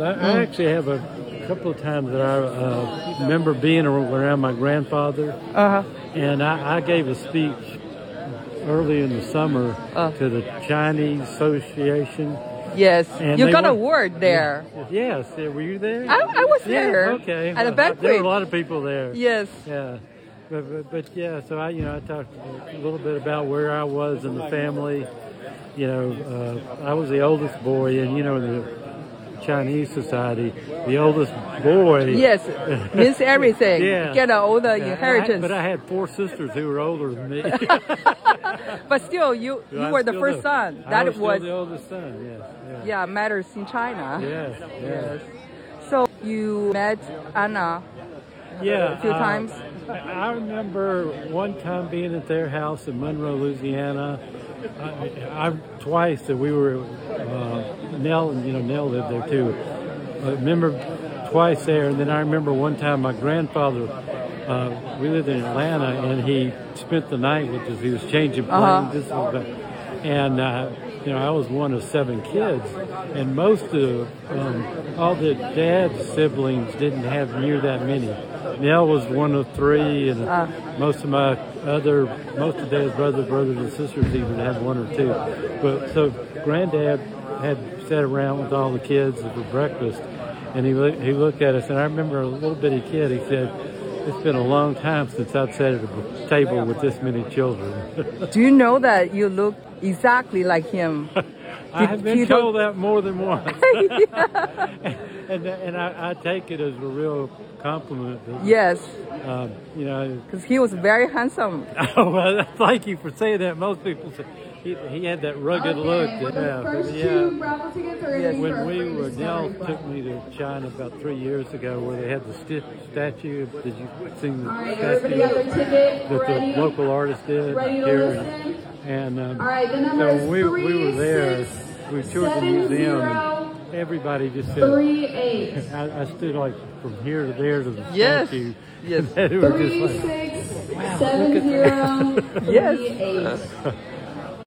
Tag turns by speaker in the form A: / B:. A: I
B: Mm.
A: actually have a couple of times that I uh, remember being around my grandfather,
B: Uh huh.
A: and I, I gave a speech early in the summer
B: Uh.
A: to the Chinese Association.
B: Yes.
A: And
B: you
A: they
B: got a
A: were-
B: word there.
A: Yes, yeah, were you there?
B: I, I was
A: yeah,
B: there.
A: Okay.
B: At a
A: Well, There were a
B: banquet.
A: lot of people there.
B: Yes.
A: Yeah. But, but, but yeah, so I, you know, I talked a little bit about where I was in the family. You know, uh, I was the oldest boy, and you know, in the Chinese society, the oldest boy.
B: Yes. Means everything.
A: Yeah.
B: Get all the
A: Yeah,
B: inheritance.
A: I- but I had four sisters who were older than me.
B: But still, you you
A: I'm
B: were the
A: still
B: first
A: the-
B: son.
A: I
B: That
A: was, still
B: was
A: the oldest son. Yes.
B: yeah matters in China.
A: Yes. Yes.
B: Yes. So you met Anna
A: Yeah.
B: a few
A: uh,
B: times.
A: I- I remember one time being at their house in Monroe, Louisiana. I, I twice that we were uh, Nell, you know, Nell lived there too. I remember twice there, and then I remember one time my grandfather. Uh, we lived in Atlanta, and he spent the night with us. He was changing planes.
B: Uh-huh.
A: This is about- and uh, you know, I was one of seven kids, and most of um, all the dad's siblings didn't have near that many. Nell was one of three, and most of my other, most of dad's brothers, brothers and sisters even had one or two. But so granddad had sat around with all the kids for breakfast, and he loo- he looked at us, and I remember a little bitty kid. He said. It's been a long time since I've sat at a table with this many children.
B: Do you know that you look exactly like him?
A: I have been
B: you don't-
A: told that more than once. and and I, I take it as a real compliment. that,
B: yes,
A: Um, you know, oh,
B: because he was very handsome.
A: well, thank you for saying that. Most people say he, he had that rugged look.
C: Okay,
A: That,
C: the
A: yeah, but
C: first
A: yeah.
C: two raffle tickets are
B: Yes.
C: going to be for
A: When we
C: free
A: were, Nell
C: discovery
A: took me to China about three years ago where they had the stiff statue. Did you see the
C: All right, everybody got their
A: statue
C: ticket.
A: that
C: ready?
A: the local artist did
C: ready to
A: here?
C: listen?
A: And um,
C: All right, the number
A: so
C: is
A: we, we were
C: three,
A: there.
C: six,
A: We toured the
C: seven,
A: museum.
C: zero,
A: and everybody just said,
C: Three eight.
A: I, I stood like from here to there to the
B: Yes.
A: statue.
B: Yes.
A: And they were
C: Three
A: just like,
C: six seven zero
B: Yes.
C: three eight.